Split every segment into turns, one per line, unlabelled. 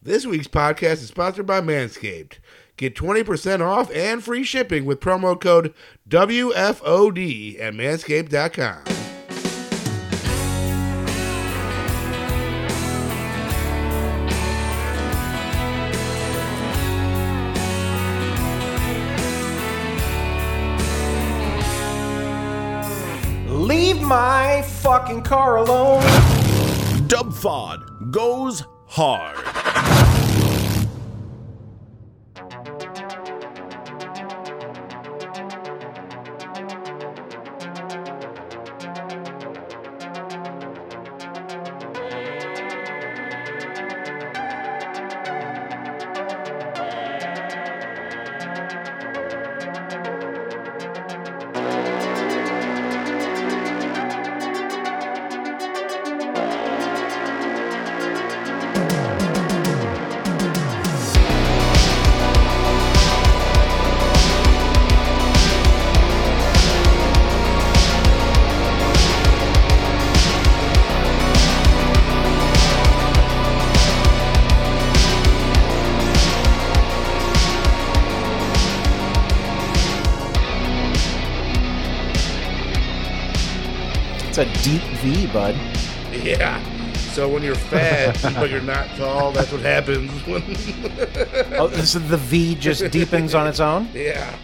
This week's podcast is sponsored by Manscaped. Get 20% off and free shipping with promo code WFOD at manscaped.com.
Leave my fucking car alone.
Dubfod goes hard.
It's a deep V, bud.
Yeah. So when you're fat but you're not tall, that's what happens. When
Oh, so the V just deepens on its own.
yeah.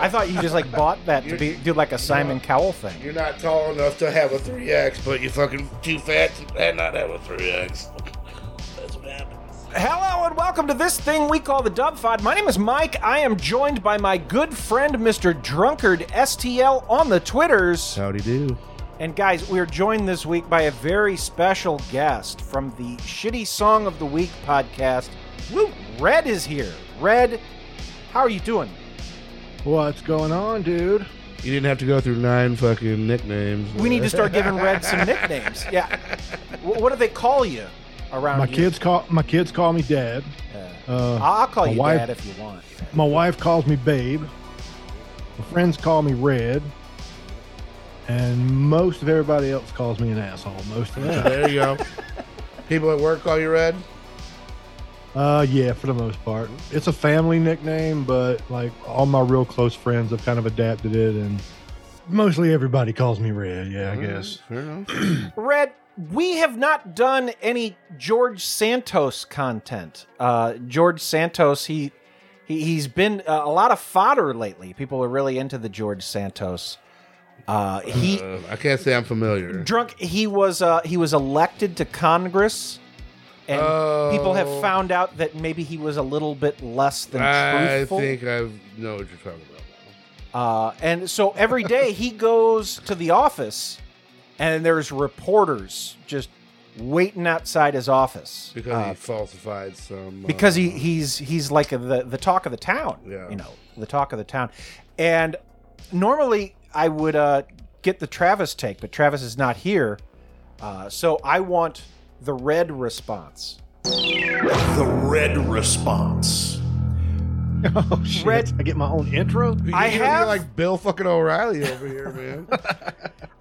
I thought you just like bought that to be do like a Simon Cowell thing.
You're not tall enough to have a 3X, but you're fucking too fat to not have a 3X. That's what happens.
Hello and welcome to this thing we call the Dubfod. My name is Mike. I am joined by my good friend Mr. Drunkard STL on the Twitters.
Howdy do.
And guys, we are joined this week by a very special guest from the Shitty Song of the Week podcast. Woo! Red is here. Red, how are you doing?
What's going on, dude?
You didn't have to go through nine fucking nicknames.
We need to start giving Red some nicknames. Yeah. Wh- what do they call you around
My
here?
kids call my kids call me dad.
Yeah. Ah.
Uh,
I'll I'll call
my
you
wife-
Dad if you want.
My wife calls me babe. My friends call me red. And most of everybody else calls me an asshole. Most of the time.
there you go. People at work call you red.
Uh, yeah, for the most part. It's a family nickname, but like all my real close friends have kind of adapted it, and mostly everybody calls me red. Yeah, I guess.
Fair enough.
Red, we have not done any George Santos content. Uh, George Santos, he, he he's been uh, a lot of fodder lately. People are really into the George Santos. Uh, he
Uh, I can't say I'm familiar.
drunk. He was uh, he was elected to Congress, and people have
Oh.
found out that maybe he was a little bit less than
I
truthful.
think I know what you're talking about.
Uh, and so every day he goes to the office, and there's reporters just waiting outside his office
Because
Uh,
he falsified some.
because
uh,
he, he's he's like the the talk of the town.
Yeah.
you know the talk of the town. And normally I would uh, get the Travis take, but Travis is not here, uh, so I want the red response.
The red response.
Oh shit!
Red-
I get my own intro.
I
You're
have-
like Bill fucking O'Reilly over here, man.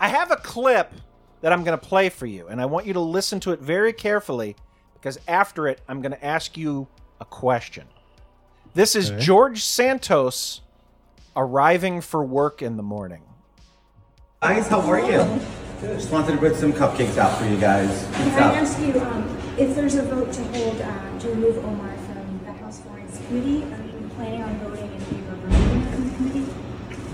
I have a clip that I'm going to play for you, and I want you to listen to it very carefully because after it, I'm going to ask you a question. This is
Okay.
George Santos arriving for work in the morning.
Guys, how are you? Just wanted to put some cupcakes out for you guys. What's
Can I
up?
ask you um, if there's a vote to hold, uh, to remove Omar from the House Foreign Committee? Are you planning on voting in favor of removing him from the committee?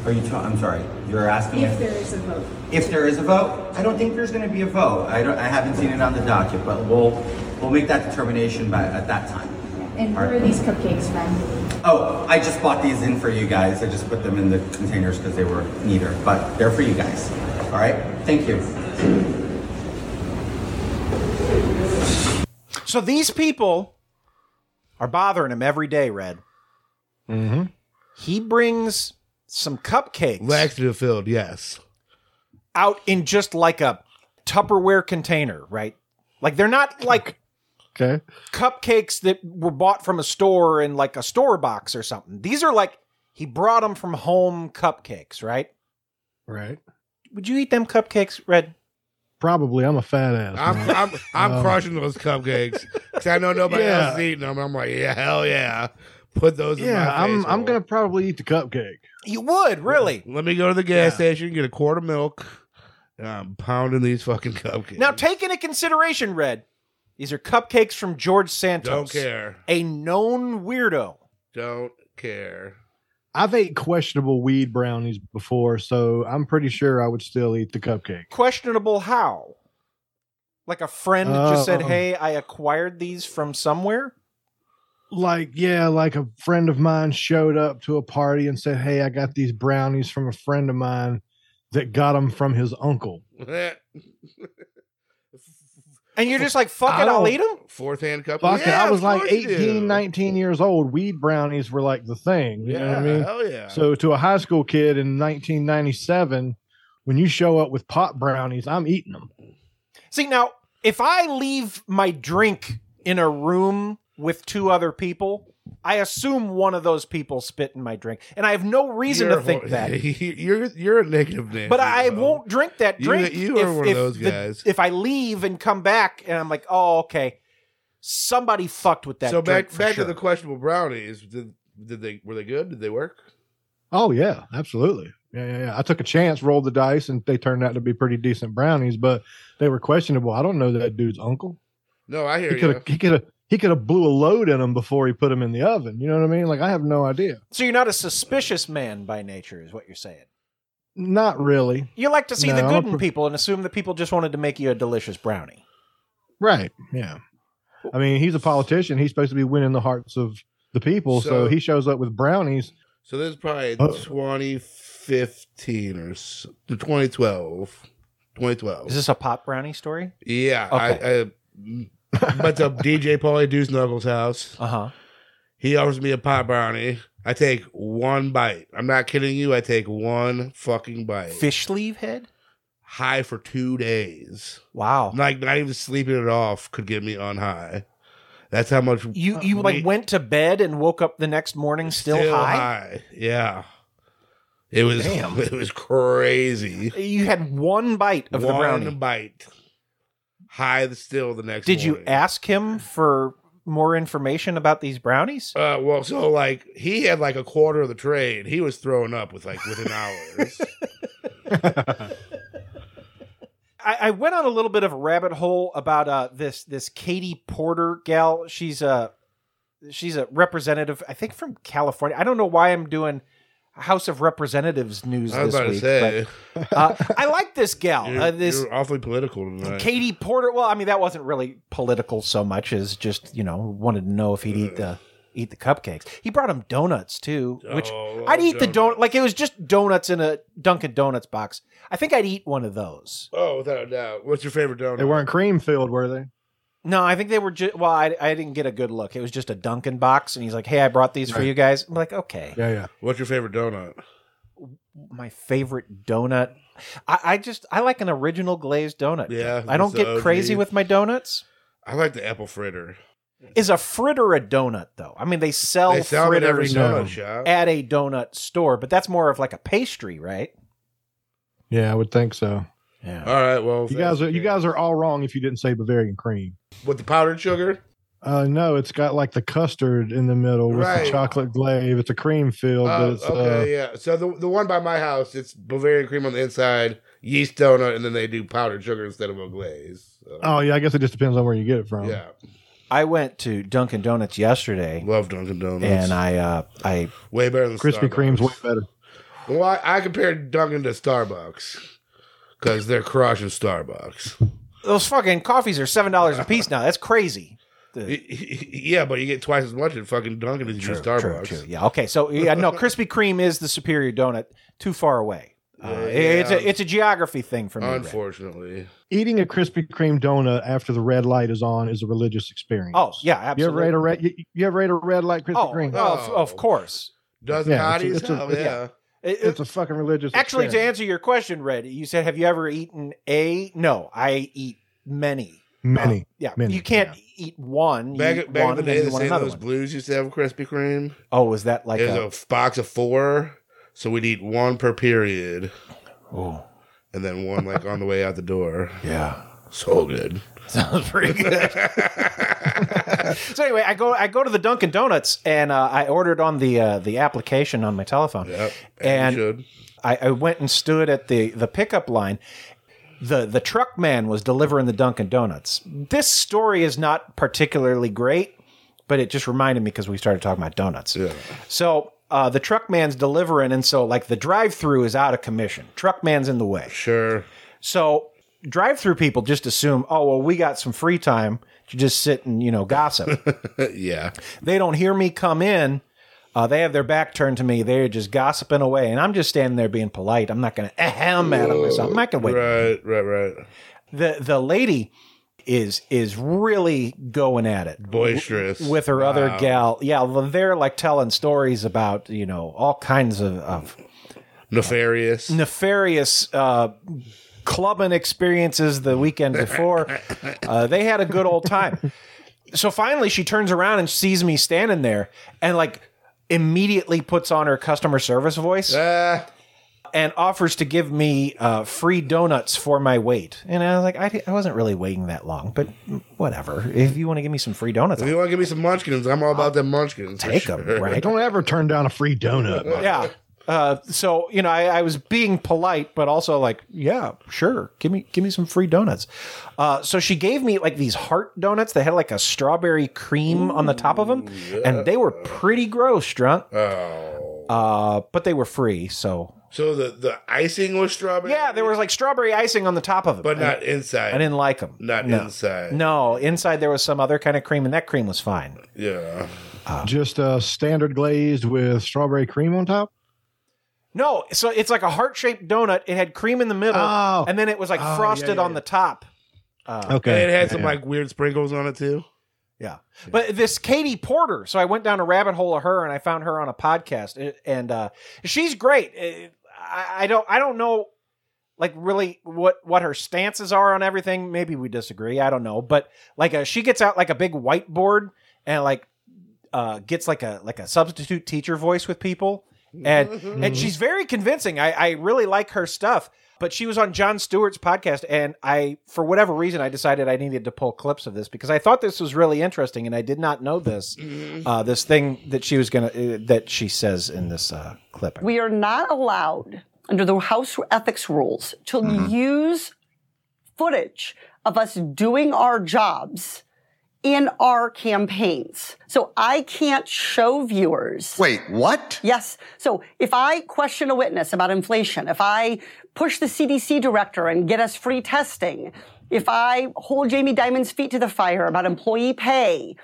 Are you? Ta- I'm sorry. You're asking
If
if,
there is a vote.
if there is a vote. I don't think there's going to be a vote. I don't. I haven't seen it on the docket, but we'll we'll make that determination by at that time.
And where are these cupcakes from?
Oh, I just bought these in for you guys. I just put them in the containers because they were neither, but they're for you guys. All right. Thank you.
So these people are bothering him every day, Red. Mm-hmm. He brings some cupcakes
Laxative filled, yes.
out in just like a Tupperware container, right? Like they're not like
Okay.
cupcakes that were bought from a store in like a store box or something. These are like he brought them from home cupcakes, right?
Right.
Would you eat them cupcakes, Red?
Probably. I'm a fat ass.
I'm
man.
I'm, I'm
Oh.
crushing those cupcakes because I know nobody
Yeah.
else is eating them. I'm like, yeah, hell yeah, put those. in
yeah,
my
I'm.
face
I'm
hole.
gonna probably eat the cupcake.
You would really.
Let me go to the gas station, get a quart of milk. And I'm pounding these fucking cupcakes.
Now, take into consideration, Red. These are cupcakes from George Santos.
don't care.
A known weirdo.
Don't care.
I've ate questionable weed brownies before, so I'm pretty sure I would still eat the cupcake.
Questionable how? Like a friend just said,
Oh.
"Hey, I acquired these from somewhere."
Like, yeah, like a friend of mine showed up to a party and said, "Hey, I got these brownies from a friend of mine that got them from his uncle."
And you're just like, "Fuck
I
it, I'll
don't-
eat them."
Fourth hand cup.
Fuck it,
Yeah,
I
of
was like
course you
18,
do.
19 years old. Weed brownies were like the thing. You
Yeah,
know what I mean?
hell yeah.
So to a high school kid in 1997, when you show up with pot brownies, I'm eating them.
See, now, if I leave my drink in a room with two other people, I assume one of those people spit in my drink, and I have no reason
You're
to think
hor-
that.
you're you're a negative Nancy.
But I
though.
won't drink that
You-
drink.
you are one of those
the-
guys.
if I leave and come back and I'm like, oh, okay, somebody fucked with that.
So
drink
back
for
back
sure.
to the questionable brownies. Did did they were they good? Did they work?
Oh yeah, absolutely. Yeah, yeah, yeah. I took a chance, rolled the dice, and they turned out to be pretty decent brownies, but they were questionable. I don't know that dude's uncle.
No, I hear
He could
you.
have, he could have, he could have blew a load in them before he put them in the oven. You know what I mean? Like I have no idea.
so you're not a suspicious man by nature, is what you're saying.
Not really.
You like to see the
No,
good
I'm
in
a pro-
people and assume that people just wanted to make you a delicious brownie.
Right. Yeah. I mean, he's a politician. He's supposed to be winning the hearts of the people. So,
So-
he shows up with brownies.
So this is probably
Uh,
2015 or s- 2012. 2012.
Is this a pop brownie story?
yeah,
Okay.
I, I went to DJ Paulie Deuce Knuckles' house.
Uh huh.
He offers me a pot brownie. I take one bite. I'm not kidding you. I take one fucking bite.
Fish sleeve head.
High for two days.
Wow.
Like not even sleeping it off could get me on high. That's how much
You you like
we-
went to bed and woke up the next morning still, high?
Yeah. It was
Damn.
it was crazy.
You had one bite of
One
the brownie.
bite. High still the next
Did you
morning.
ask him for more information about these brownies?
Uh, well, so like he had like a quarter of the trade. He was throwing up with like within hours.
I, I went on a little bit of a rabbit hole about uh, this this Katie Porter gal. She's a she's a representative, I think, from California. I don't know why I'm doing House of Representatives news
I was
this
about
week.
to say
But, uh, I like this gal.
you're,
Uh, this
you're awfully political tonight.
Katie Porter. Well, I mean, that wasn't really political so much as just you know wanted to know if he'd eat the eat the cupcakes. He brought him donuts too, which
Oh,
I'd eat the donut
donuts.
like it was just donuts in a Dunkin' Donuts box. I think I'd eat one of those.
oh, without a doubt. What's your favorite donut?
They weren't cream filled, were they?
No, I think they were just well. I, I didn't get a good look. It was just a Dunkin' box, and he's like, "Hey, I brought these for you guys." I'm like, "Okay."
Yeah, yeah.
What's your favorite donut?
My favorite donut. I, I just I like an original glazed donut.
Yeah,
I don't
it's the
get crazy
OG.
with my donuts.
I like the apple fritter.
Is a fritter a donut though? I mean, they sell
They sell it at every
fritters
donut
donut.
shop.
at a donut store, but that's more of like a pastry, right?
Yeah, I would think so.
Yeah.
All right, well,
You guys are you guys are all wrong if you didn't say Bavarian cream.
with the powdered sugar.
Uh, no, it's got like the custard in the middle with
Right.
the chocolate glaive. It's a cream filled, but
Oh,
it's
okay,
uh,
yeah. So the the one by my house, it's Bavarian cream on the inside, yeast donut, and then they do powdered sugar instead of a glaze. So,
oh yeah. I guess it just depends on where you get it from.
yeah,
I went to Dunkin' Donuts yesterday,
love Dunkin' Donuts.
and I uh, I
way better than Starbucks.
Krispy Kreme's way better.
Well, I, I compared Dunkin' to Starbucks because they're crushing Starbucks.
those fucking coffees are seven dollars a piece now. That's crazy. The-
yeah, but you get twice as much at fucking Dunkin' as you do Starbucks.
Yeah. Okay. So yeah, no, Krispy Kreme is the superior donut. Too far away. Uh,
Yeah,
It's
yeah.
a it's a geography thing for me. Rick.
Unfortunately,
Eating a Krispy Kreme donut after the red light is on is a religious experience.
Oh yeah,
You ever
absolutely.
ate a red? You, you ever ate a red light Krispy
oh,
Kreme?
no, of, of course.
does
Yeah,
not
it's a-
eat
it's a-
hell,
it's a-
yeah.
It-
It's a fucking religious.
Actually, to
experience.
answer your question, Red, you said, "Have you ever eaten a?" No, I eat many,
many.
Uh, yeah,
many,
you can't eat one. You
Back,
eat
back in
one
the
and then
day,
you
the
want
St.
another
Louis
one.
Blues used to have Krispy Kreme.
Oh, was that like
There's
a?
a box of four, so we'd eat one per period.
oh.
And and then one like on the way out the door.
Yeah.
So good.
Sounds pretty good. so anyway, I go I go to the Dunkin' Donuts and uh, I ordered on the uh, the application on my telephone.
Yep.
And-
you should.
I, I went and stood at the the pickup line. The the truck man was delivering the Dunkin' Donuts. This story is not particularly great, but it just reminded me because we started talking about donuts.
Yeah.
So uh, the truck man's delivering, and so like the drive through is out of commission. Truck man's in the way.
Sure.
So drive through people just assume, oh well, we got some free time to just sit and you know gossip.
Uh, Yeah.
they don't hear me come in. Uh, they have their back turned to me. They're just gossiping away, and I'm just standing there being polite. I'm not going to ahem at them. or something. I'm not going to wait.
Right, right, right.
The the lady is is really going at it
Boisterous.
with her other gal. Yeah, well, they're like telling stories about you know all kinds of, of
nefarious.
nefarious uh, clubbing experiences the weekend before. uh, they had a good old time. So finally, she turns around and sees me standing there, and like immediately puts on her customer service voice
Ah,
and offers to give me uh, free donuts for my wait. And I was like, I, di- I wasn't really waiting that long, but whatever. If you want to give me some free donuts,
if
I'll
you want to give me some munchkins, I'm all about them munchkins. for
take them,
sure.
right?
Don't ever turn down a free donut. Mike.
yeah. Uh, so you know, I, I was being polite, but also like, yeah, sure, give me give me some free donuts. Uh, so she gave me like these heart donuts that had like a strawberry cream on the top of them, and they were pretty gross, drunk.
Oh.
Uh, but they were free, so
So the, the icing was strawberry?
yeah, there was like strawberry icing on the top of them,
But
I,
not inside.
I didn't like them.
Not
no.
inside.
No, inside there was some other kind of cream, and that cream was fine.
Yeah.
Just uh, standard glazed with strawberry cream on top.
No, so it's like a heart shaped donut. It had cream in the middle,
Oh.
and then it was like
Oh, yeah,
frosted
yeah,
on
yeah.
the top. Uh,
Okay.
And it had some
Yeah.
like weird sprinkles on it too.
Yeah. But this Katie Porter, so I went down a rabbit hole of her and I found her on a podcast eh, and uh she's great. Eh, I, I don't I don't know like really what what her stances are on everything. Maybe we disagree. I don't know. But like uh, she gets out like a big whiteboard and like uh gets like a like a substitute teacher voice with people and
Mm-hmm.
and she's very convincing. I I really like her stuff. But she was on John Stewart's podcast, and I, for whatever reason, I decided I needed to pull clips of this because I thought this was really interesting, and I did not know this
Mm-hmm.
uh, this thing that she was gonna uh, that she says in this uh, clip.
We are not allowed, under the House ethics rules, to use footage of us doing our jobs in our campaigns. So I can't show viewers.
Wait, what?
Yes. So if I question a witness about inflation, if I push the CDC director and get us free testing, if I hold Jamie Dimon's feet to the fire about employee pay,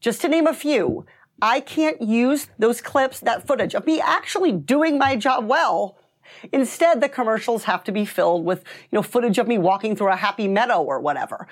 just to name a few, I can't use those clips, that footage of me actually doing my job well. Instead, the commercials have to be filled with, you know, footage of me walking through a happy meadow or whatever.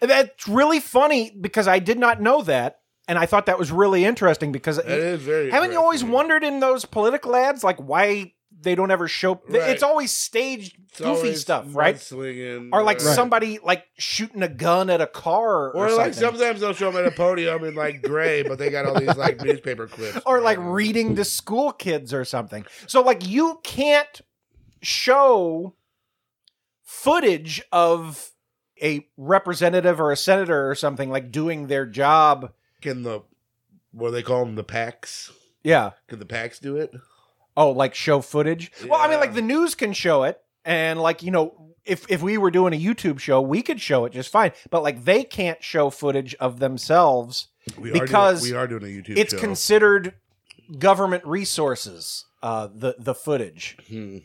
And that's really funny because I did not know that, and I thought that was really interesting because
That is very
haven't you always
interesting.
wondered in those political ads like why they don't ever show?
Right.
It's always staged
It's
goofy
always
stuff, right?
mudslinging,
Or like
right.
somebody like shooting a gun at a car, or,
Or like
something.
sometimes they'll show them at a podium in like gray, but they got all these like newspaper clips.
or like reading to school kids or something. So like you can't show footage of a representative or a senator or something like doing their job.
Can the what do they call them? The packs.
Yeah.
Can the packs do it?
Oh, like show footage. Well, I mean
Yeah.
like the news can show it and like you know if if we were doing a YouTube show, we could show it just fine, but like they can't show footage of themselves.
We are
Because
doing, we are doing a YouTube.
It's
show.
considered government resources. Uh, the the footage.
Hmm.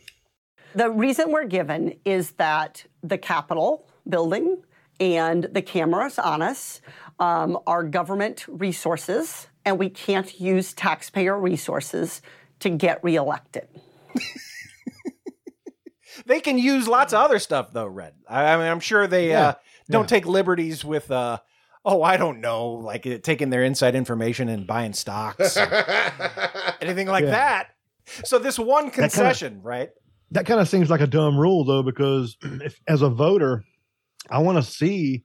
The reason we're given is that the Capitol building and the cameras on us um, are government resources, and we can't use taxpayer resources to get reelected.
They can use lots of other stuff though, Red. I, I mean, I'm sure they uh, don't take liberties with, uh, oh, I don't know, like uh, taking their inside information and buying stocks, anything like
Yeah.
that. So this one
kinda-
concession, right?
that kind of seems like a dumb rule though because if, as a voter i want to see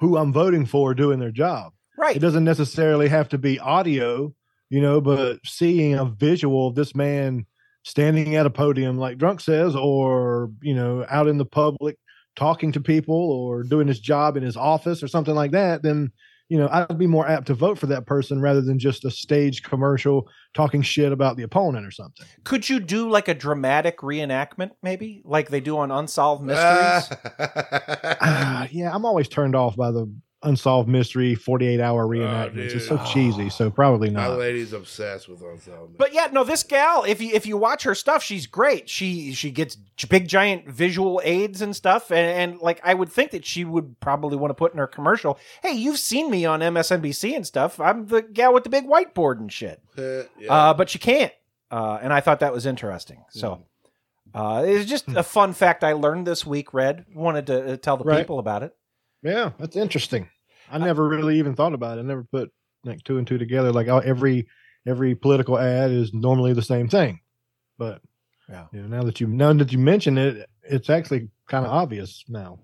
who i'm voting for doing their job it
Right.
doesn't necessarily have to be audio you know but seeing a visual of this man standing at a podium like drunk says or you know out in the public talking to people or doing his job in his office or something like that then you know i'd be more apt to vote for that person rather than just a stage commercial talking shit about the opponent or something
Could you do like a dramatic reenactment, maybe, like they do on Unsolved
Uh,
Mysteries?
Ah.
Ah, yeah i'm always turned off by the unsolved mystery 48 hour reenactments it's so
dude.
cheesy so probably
My
not
lady's obsessed with unsolved.
But yeah, no, this gal, if you if you watch her stuff, she's great. She she gets j- big giant visual aids and stuff, and, and like I would think that she would probably want to put in her commercial. Hey, you've seen me on MSNBC and stuff. I'm the gal with the big whiteboard and shit.
Mysteries. Yeah.
Uh, but she can't, uh, and I thought that was interesting. So uh, it's just a fun fact I learned this week. Red wanted to uh, tell the
Right.
people about it.
yeah that's interesting i never really even thought about it i never put like two and two together like oh, every every political ad is normally the same thing but
Yeah.
you know, now that you now that you mention it it's actually kind of obvious now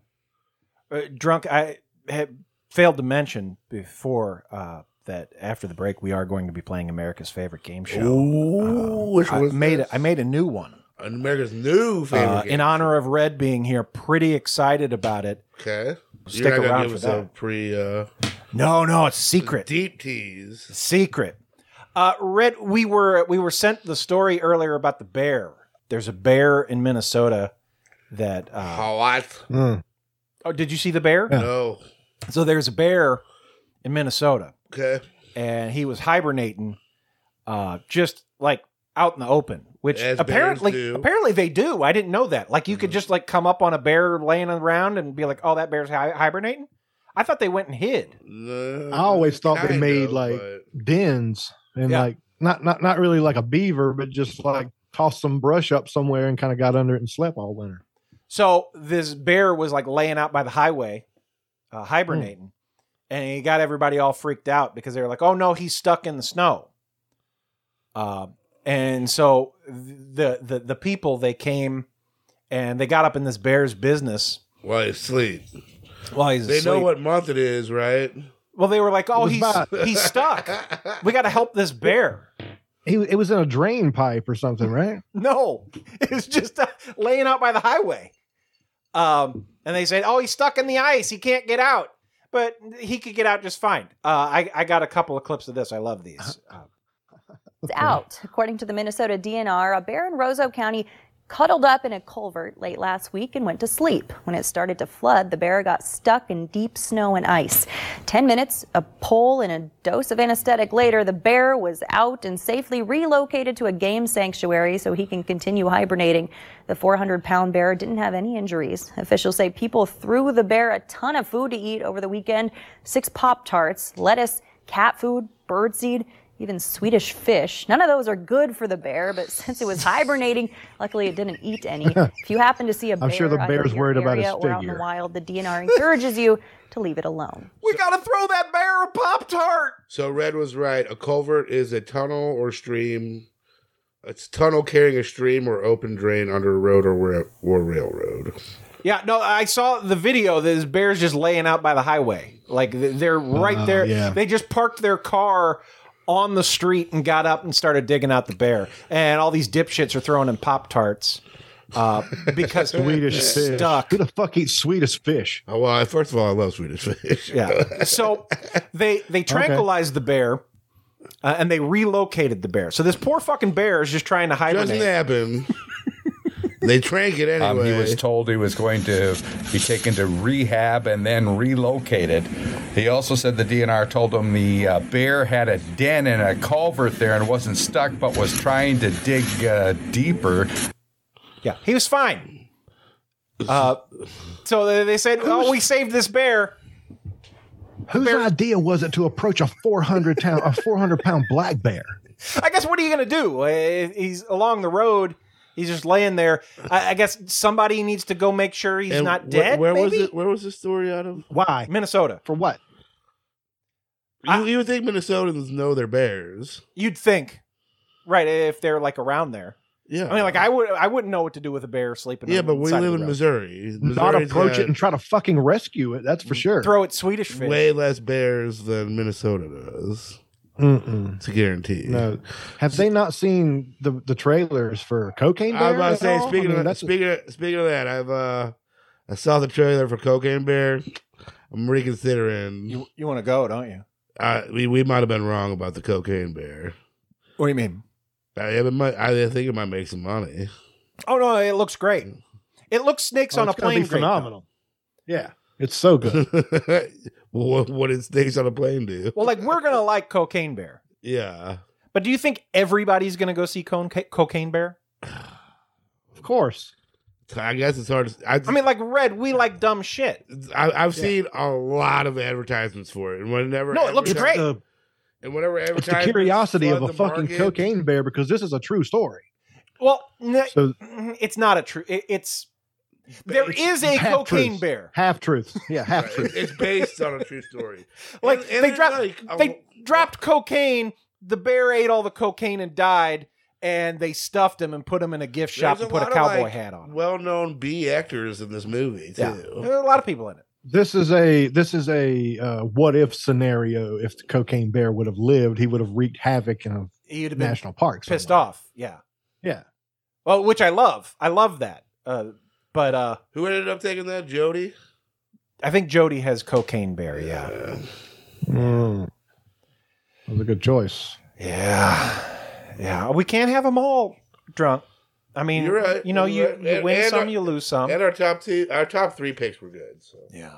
uh, drunk i had failed to mention before uh that after the break we are going to be playing america's favorite game show
Ooh, which
Uh, I
one's
made
this?
a, I made a new one
America's new favorite
uh,
game.
in honor of Red being here. Pretty excited about it.
Okay.
Stick
You're not gonna
around
give
for
us
that.
a pre uh,
No, no, it's secret.
deep tease.
Secret. Uh, Red, we were we were sent the story earlier about the bear. There's a bear in Minnesota that. Uh,
How what?
Mm.
oh, did you see the bear?
No.
So there's a bear in Minnesota.
Okay.
and he was hibernating uh just like out in the open which
As bears
apparently
do. Mm-hmm.
apparently they do i didn't know that like you could just like come up on a bear laying around and be like oh that bear's hi- hibernating i thought they went and hid
No,
I always thought they
kind
made,
of,
like-
but-
dens and
Yeah.
like not not not really like a beaver but just like tossed some brush up somewhere and kind of got under it and slept all winter
so this bear was like laying out by the highway uh, hibernating
Hmm.
and he got everybody all freaked out because they were like oh no he's stuck in the snow uh, and so the, the the people they came and they got up in this bear's business
while he's asleep.
while he's
They know
asleep.
what month it is, right?
Well, they were like, "Oh,
was
he's
bad.
he's stuck. We got to help this bear."
he it was in a drain pipe or something right
No, it's just uh, laying out by the highway. Um, and they said, "Oh, he's stuck in the ice. He can't get out." But he could get out just fine. Uh, I I got a couple of clips of this. I love these. Uh,
It's out. According to the Minnesota DNR, a bear in Roseau County cuddled up in a culvert late last week and went to sleep. When it started to flood, the bear got stuck in deep snow and ice. 10 minutes, a pole, and a dose of anesthetic later, the bear was out and safely relocated to a game sanctuary so he can continue hibernating. The 400 pound bear didn't have any injuries. Officials say people threw the bear a ton of food to eat over the weekend six Pop Tarts, lettuce, cat food, birdseed, even Swedish fish. None of those are good for the bear, but since it was hibernating, luckily it didn't eat any. If you happen to see a bear,
I'm sure the
either
bear's
in your
worried about his
area or out in the
figure.
wild, the DNR encourages you to leave it alone.
we got to throw that bear a pop tart.
So Red was right. A culvert is a tunnel or stream. It's a tunnel carrying a stream or open drain under a road or, ra- or railroad.
Yeah, no, I saw the video. This bear's just laying out by the highway. Like th- they're right
Oh,
there.
yeah.
They just parked their car on the street and got up and started digging out the bear. And all these dipshits are throwing in Pop Tarts uh, because
Swedish
he's
fish.
stuck.
Who the fuck eats Swedish fish?
Oh, well, first of all, I love Swedish fish.
Yeah. So they they tranquilized the bear uh, and they relocated the bear. So this poor fucking bear is just trying to hibernate.
Doesn't happen. they drank it anyway.
Um, he was told he was going to be taken to rehab and then relocated. He also said the DNR told him the uh, bear had a den and a culvert there and wasn't stuck, but was trying to dig uh, deeper.
Yeah, he was fine. Uh, so they- they said, "Oh, we saved this bear."
Whose idea was it to approach a 400 town, a 400 pound black bear?
I guess what are you going to do? Uh, He's along the road. He's just laying there. I, I guess somebody needs to go make sure he's
And
not
wh-
dead.
Where was
maybe?
it? Where was the story out of?
Why?
Minnesota.
For what?
you, you would think Minnesotans know their bears.
You'd think, right? If they're like around there.
Yeah.
I mean, like I would, I wouldn't know what to do with a bear sleeping.
Yeah,
on
but
the
we
side of
live
the
in
road.
Missouri.
Not
Missouri's uh,
approach
got
it and try to fucking rescue it. That's for sure.
Throw it Swedish fish.
Way less bears than Minnesota does.
Mm-mm.
It's a guarantee.
No, have they not seen the the trailers for Cocaine Bear?
I was about to say,
at all?
speaking
I mean,
of that,
that's a-
speaking of, speaking of that, I've uh, I saw the trailer for Cocaine Bear. I'm reconsidering.
You you want to go, don't you?
I, we we might have been wrong about the Cocaine Bear.
What do you mean?
I, it might, I think it might make some money.
Oh no, it looks great. It looks snakes
oh,
on a
it's gonna be
plane. great, though.
phenomenal. yeah, it's so good.
what, what did snakes on a plane do?
Well, like we're gonna like Cocaine Bear,
Yeah,
but do you think everybody's gonna go see Cone, Cocaine Bear?
of course.
I guess it's hard. To, I,
I mean, like Red, we like dumb shit.
I, I've seen a lot of advertisements for it, and whenever
No, it looks
advertise-
great.
The,
And whenever
it's the
advertisements
curiosity of
flood
a
the
fucking
market-
Cocaine Bear because this is a true story.
Well, n- mm-hmm,
So
it's not a true. It, it's there is a
half
Cocaine
truths.
Bear.
half truths. Yeah, half truths.
It's based on a true story.
Like
And- and
they
it's
dropped,
like oh, a-
they dropped cocaine. The bear ate all the cocaine and died, and they stuffed him and put him in a gift shop
There's
and put a
lot of,
cowboy
like,
hat on. Him.
Well-known B actors in this movie
Yeah,
too.
There are a lot of people in it.
this is a this is a uh, what if scenario. If the Cocaine Bear would have lived, he would have wreaked havoc in a
He'd have been
national park.
pissed
somewhere.
off. Yeah.
Yeah.
Well, which I love. I love that. Uh, but uh,
Who ended up taking that? Jody.
I think Jody has cocaine bear. Yeah.
Mm. That was a good choice.
Yeah. Yeah. We can't have them all drunk. I mean,
You're right.
you know,
You're
you,
right.
you
And-
win
and
some,
our-
you lose
Um.
some.
and our top two, our top three picks were good. So.
Yeah.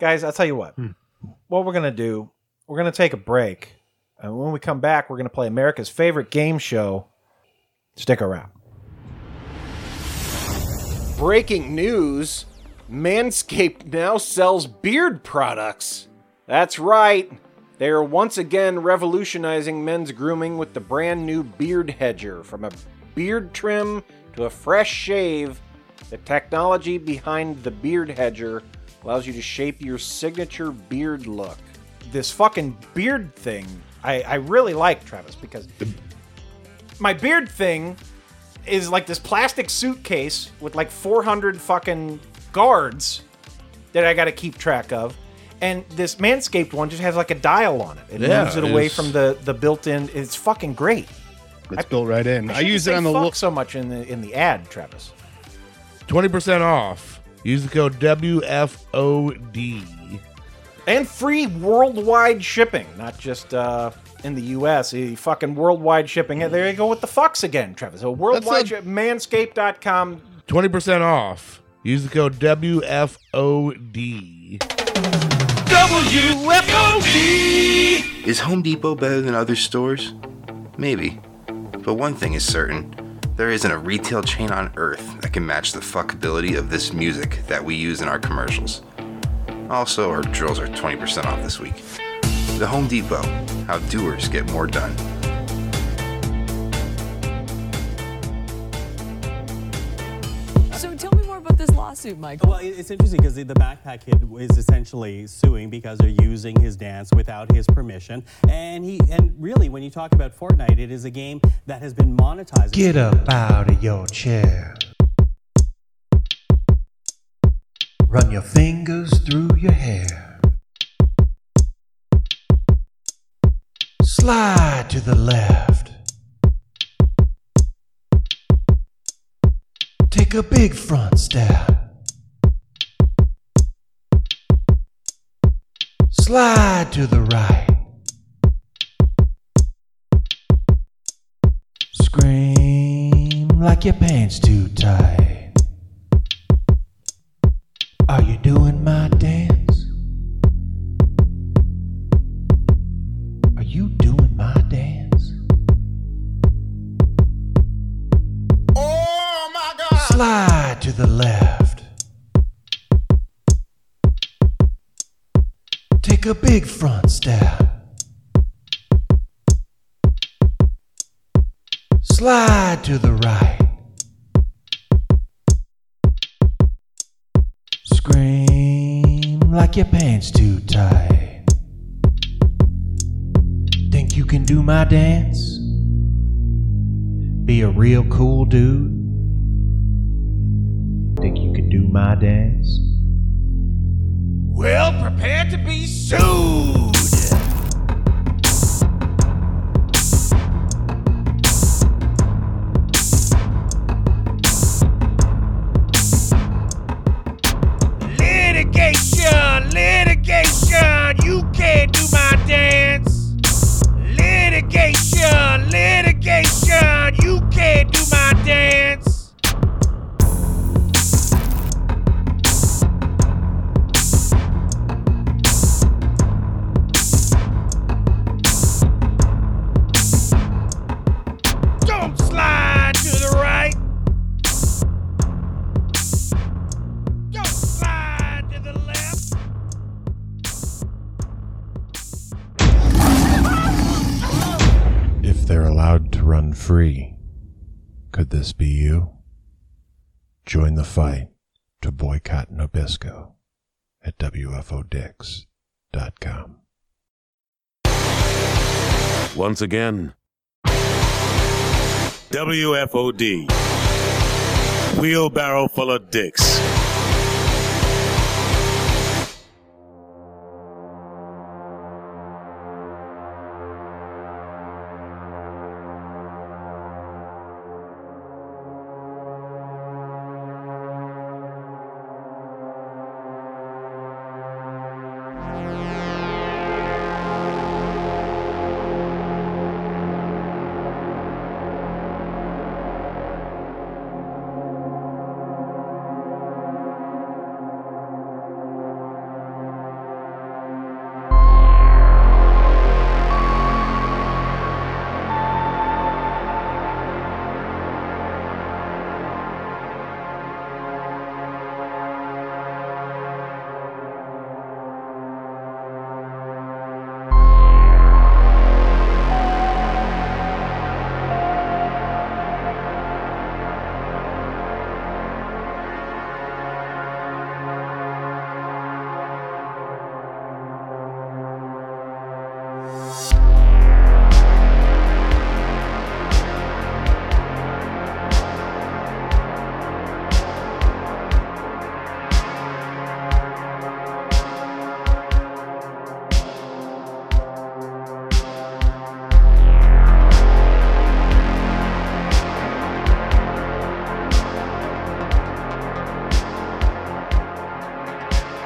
Guys, I'll tell you what. What we're going to do, we're going to take a break. And when we come back, we're going to play America's favorite game show. Stick around. Breaking news Manscaped now sells beard products. That's right. They are once again revolutionizing men's grooming with the brand new Beard Hedger. From a beard trim to a fresh shave, the technology behind the Beard Hedger allows you to shape your signature beard look. This fucking beard thing, I, I really like, Travis, because my beard thing is like this plastic suitcase with like 400 fucking guards that I got to keep track of. And this Manscaped one just has like a dial on it. It
Yeah,
moves it away
it's-
from the, the built in. It's fucking great.
It's built right in. I,
Shouldn't
use it
say
on the
fuck
look.
so much in the in the ad, Travis.
Twenty percent off. Use the code WFOD.
and free worldwide shipping, not just uh, in the U.S. eh, Fucking worldwide shipping. And there you go with the fucks again, Travis. So worldwide
not-
shi- manscaped.com.
Twenty percent off. Use the code WFOD.
Is Home Depot better than other stores? Maybe. But one thing is certain there isn't a retail chain on earth that can match the fuckability of this music that we use in our commercials. Also, our drills are 20% off this week. The Home Depot, how doers get more done.
So tell me more about this lawsuit, Michael.
Well, it- it's interesting because the the backpack kid is essentially suing because they're using his dance without his permission, and he and really, when you talk about Fortnite, it is a game that has been monetized.
Get up out of your chair. Run your fingers through your hair. Slide to the left. Take a big front step. Slide to the right. Scream like your pants too tight. Are you doing my dance? Are you doing my dance?
Oh my God!
Slide to the left. Take a big front step. Slide to the right. Scream like your pants too tight. Think you can do my dance? Be a real cool dude. Think you can do my dance?
Well, prepare to be sued.
to run free. Could this be you? Join the fight to boycott Nabisco at WFODix.com.
Once again, WFOD. Wheelbarrow full of dicks.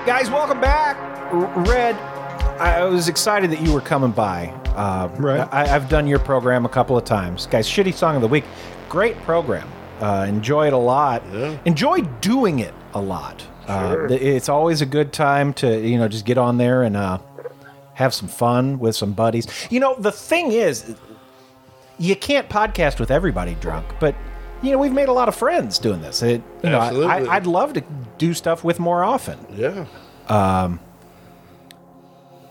Guys, welcome back. R- Red, I I was excited that you were coming by. Uh, right. I, I've done your program a couple of times. Guys, Shitty Song of the Week. Great program. Uh, enjoy it a lot. Enjoy doing it a lot. Uh,
Sure.
th- it's always a good time to, you know, just get on there and uh, have some fun with some buddies. You know, the thing is, you can't podcast with everybody drunk, but you know we've made a lot of friends doing this. It, you know, I,
Absolutely.
I, I'd love to do stuff with more often.
Yeah.
Um,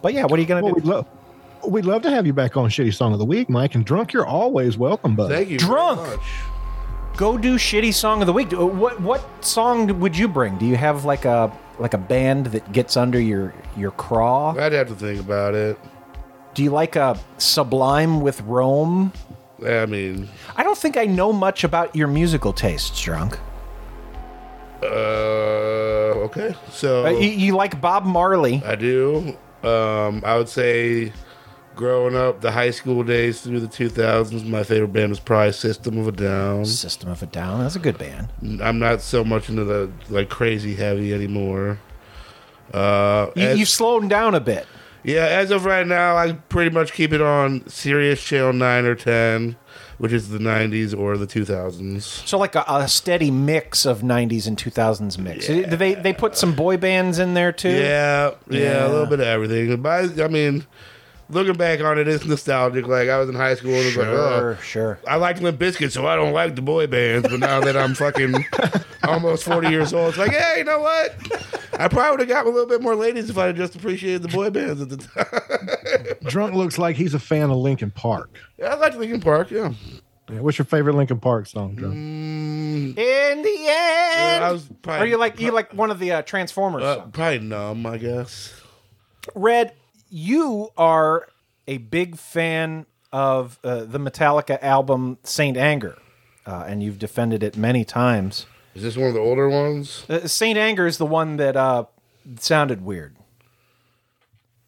but yeah, what are you going to do?
We'd, lo- we'd love to have you back on Shitty Song of the Week, Mike. And drunk, you're always welcome, bud.
Drunk. Go do shitty song of the week. Uh, What what song would you bring? Do you have like a like a band that gets under your your craw?
I'd have to think about it.
Do you like a Sublime with Rome?
I mean,
I don't think I know much about your musical tastes, drunk. Uh,
Uh, okay. So
Uh, you, you like Bob Marley?
I do. Um, I would say, growing up, the high school days through the 2000s, my favorite band was probably System of a Down.
System of a Down. That's a good band.
I'm not so much into the like crazy heavy anymore. Uh,
You,
as-
you've slowed down a bit.
yeah, as of right now, I pretty much keep it on Sirius Channel 9 or 10, which is the 90s or the 2000s.
So like a, a steady mix of '90s and 2000s mix. Do They they put some boy bands in there too.
Yeah, yeah, a little
Yeah.
bit of everything. But I, I mean, looking back on it, it's nostalgic. Like I was in high school and it was like, oh,
Sure, sure.
I liked Limp Bizkit, so I don't like the boy bands. But now that I'm fucking almost 40 years old, it's like, hey, you know what? I probably would have gotten a little bit more ladies if I had just appreciated the boy bands at the time.
Drunk looks like he's a fan of Lincoln Park.
Yeah, I liked Linkin Park. Yeah.
Yeah, What's your favorite Lincoln Park song, Drunk?
In the end,
I was
are you like you like one of the uh, Transformers? songs?
Probably numb, I guess.
Red, you are a big fan of uh, the Metallica album Saint Anger, uh, and you've defended it many times.
Is this one of the older ones?
Uh, Saint Anger is the one that uh, sounded weird.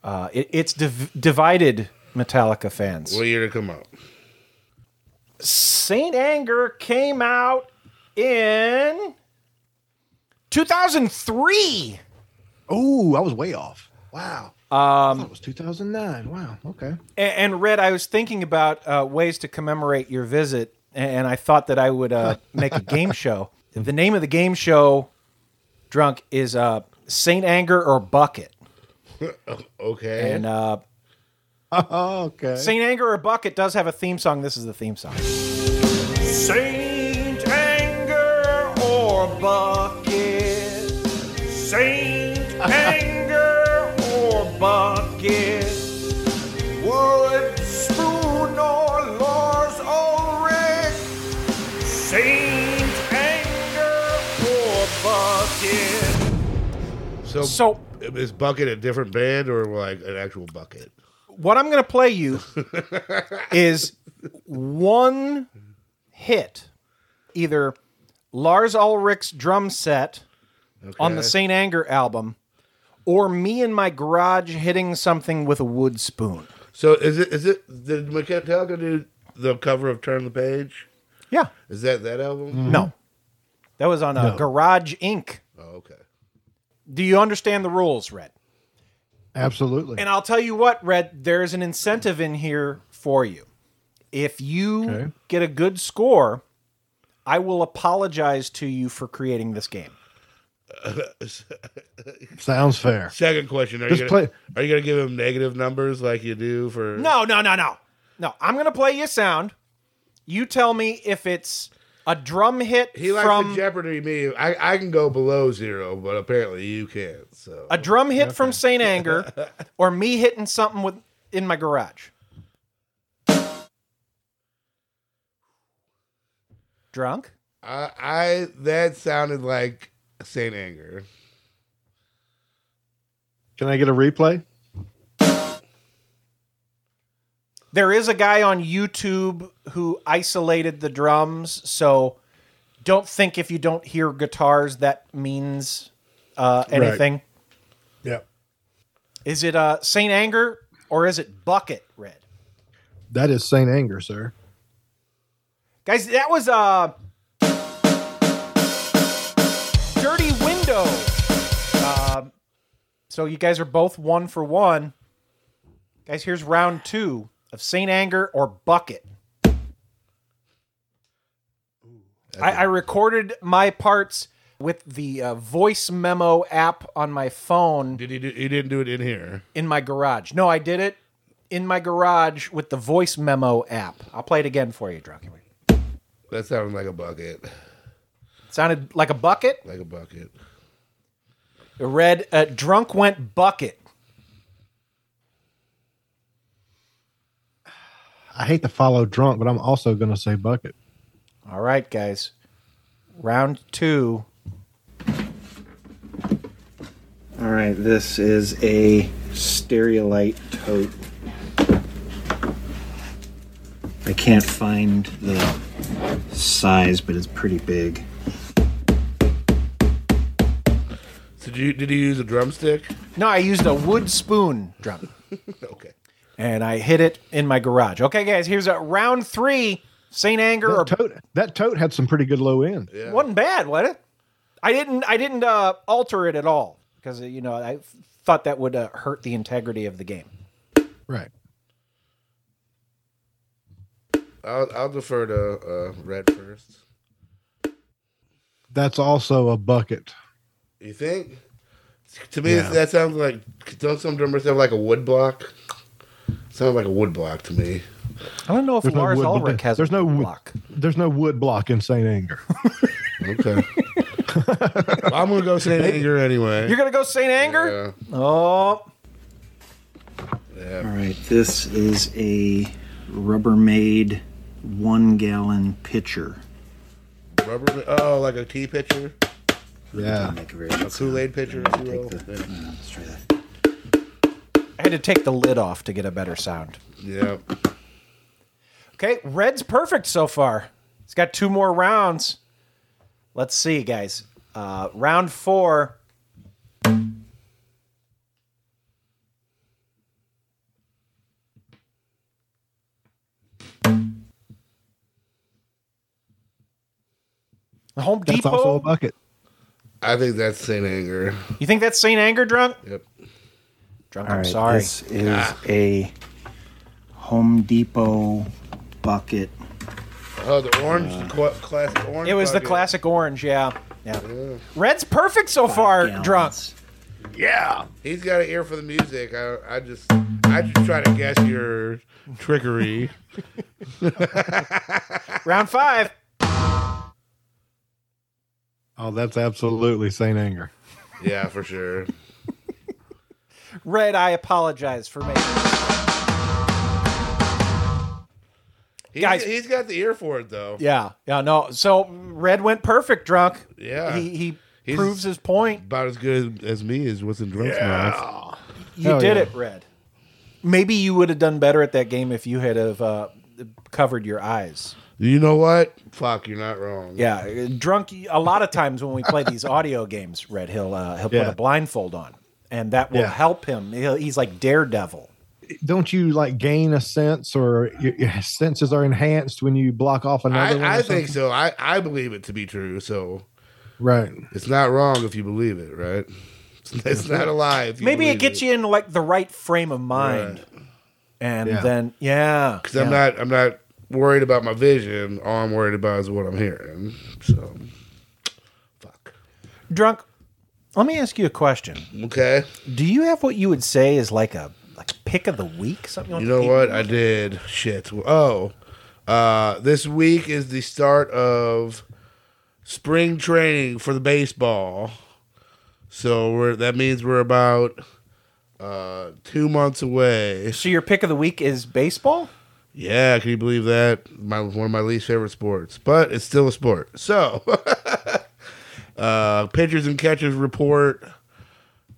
Uh, it, it's div- divided Metallica fans.
What year did it come out?
Saint Anger came out in 2003.
Oh, I was way off. Wow.
Um,
It was 2009. Wow. Okay.
And, and Red, I was thinking about uh, ways to commemorate your visit, and I thought that I would uh, make a game show. The name of the game show, drunk, is uh, Saint Anger or Bucket,
okay.
and uh,
okay.
Saint Anger or Bucket does have a theme song. This is the theme song.
Saint anger or bucket. Saint anger or bucket. Wood, spoon, or Lars, or
So, so is bucket a different band or like an actual bucket?
What I'm going to play you is one hit, either Lars Ulrich's drum set on the
Okay.
Saint Anger album, or me in my garage hitting something with a wood spoon.
So is it is it did Metallica do the cover of Turn the Page?
Yeah.
Is that that album?
Mm-hmm.
No, that was on a
No.
Garage Inc.
Oh, okay.
Do you understand the rules, Red?
Absolutely.
And I'll tell you what, Red, there's an incentive in here for you. If you
Okay.
get a good score, I will apologize to you for creating this game.
Sounds fair.
Second question: Are
Just
you gonna,
play-
are you gonna give him negative numbers like you do for?
No, no, no, no. No, I'm going to play you sound. You tell me if it's a drum hit
He likes
from
to jeopardy me. I, I can go below zero, but apparently you can't. So
a drum hit from Saint Anger or me hitting something with in my garage. Drunk?
I, I that sounded like Saint Anger.
Can I get a replay?
There is a guy on YouTube who isolated the drums, so don't think if you don't hear guitars that means uh,
Right.
anything.
Yeah.
Is it uh, Saint Anger or is it Bucket Red?
That is Saint Anger, sir.
Guys, that was uh, Dirty Window. Um so you guys are both one for one. Guys, here's round two of Saint Anger or Bucket. I, I recorded my parts with the uh, voice memo app on my phone.
Did he? Do, he didn't do it in here.
In my garage. No, I did it in my garage with the voice memo app. I'll play it again for you, Drunky.
That sounded like a bucket.
Sounded like a bucket.
Like a bucket.
Red uh, drunk went bucket.
I hate to follow drunk, but I'm also going to say bucket.
All right, guys. Round two.
All right, this is a Stereolite tote. I can't find the size, but it's pretty big.
Did you? Did he use a drumstick?
No, I used a wood spoon drum. okay. And I hid it in my garage. Okay, guys, here's a round three. Saint Anger or
tote. That tote had some pretty good low end.
wasn't bad, was it? I didn't. I didn't uh, alter it at all because you know I thought that would uh, hurt the integrity of the game.
Right.
I'll, I'll defer to uh, Red first.
That's also a bucket.
You think? To me,
Yeah.
that sounds like don't some drummers have like a wood block? Sounds like a wood block to me.
I don't know if
There's no
Lars
wood
Ulrich
block.
has
There's
a
no wood-
block.
There's no wood block in Saint Anger.
okay. I'm gonna go Saint Anger anyway.
You're gonna go Saint Anger? Oh,
All right, this is a Rubbermaid one gallon pitcher.
Rubber. Oh, like a tea pitcher.
Yeah.
A Kool Aid pitcher, if you will. Yeah.
I had to take the lid off to get a better sound.
Yeah.
Okay, red's perfect so far. He's got two more rounds. Let's see, guys. Uh, round four. The Home
That's
Depot.
also a bucket.
I think that's Saint Anger.
you think that's Saint Anger drunk?
Yep.
Drunk.
All
I'm
right,
sorry.
This is a Home Depot bucket.
Oh, the orange, the cla- classic orange.
It was the
bucket.
classic orange. Yeah. Yeah. Red's perfect so far, drunk.
Yeah. He's got an ear for the music. I, I just, I just try to guess your trickery.
Round five.
Oh, that's absolutely Saint Anger.
Yeah, for sure.
Red, I apologize for making.
He's,
Guys-
he's got the ear for it though.
Yeah, yeah, no. So Red went perfect drunk.
Yeah.
he he proves his point.
About as good as me is what's in Drunk's mouth.
You
Hell
did
yeah.
it, Red. Maybe you would have done better at that game if you had have uh, covered your eyes.
You know what? Fuck, you're not wrong.
Yeah, drunk. A lot of times when we play these audio games, Red, he'll uh, he'll put
Yeah.
a blindfold on, and that will
Yeah.
help him. He'll, he's like Daredevil.
Don't you like gain a sense or your, your senses are enhanced when you block off another one? or
I, I think
something?
so. I, I believe it to be true. So
Right.
it's not wrong if you believe it, right? It's, it's not a lie. If you
Maybe
believe
it gets you in like the right frame of mind, and
Yeah.
then yeah,
because I'm not I'm not worried about my vision. All I'm worried about is what I'm hearing. So
drunk. Let me ask you a question.
Okay.
Do you have what you would say is like a like a pick of the week? Something like
you know
that?
what I did? Shit. Oh, uh, this week is the start of spring training for the baseball. So we're that means we're about uh, two months away.
So your pick of the week is baseball.
Yeah, can you believe that? My one of my least favorite sports, but it's still a sport. So, uh, pitchers and catchers report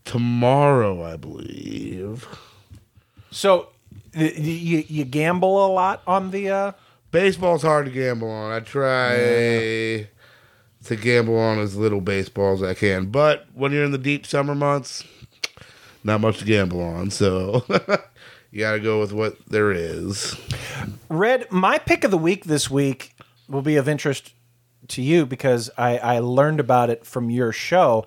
tomorrow, I believe.
So, you you gamble a lot on the uh...
baseball's hard to gamble on. I try to gamble on as little baseball as I can, but when you're in the deep summer months, not much to gamble on. So, you got to go with what there is.
Red, my pick of the week this week will be of interest to you because I, I learned about it from your show.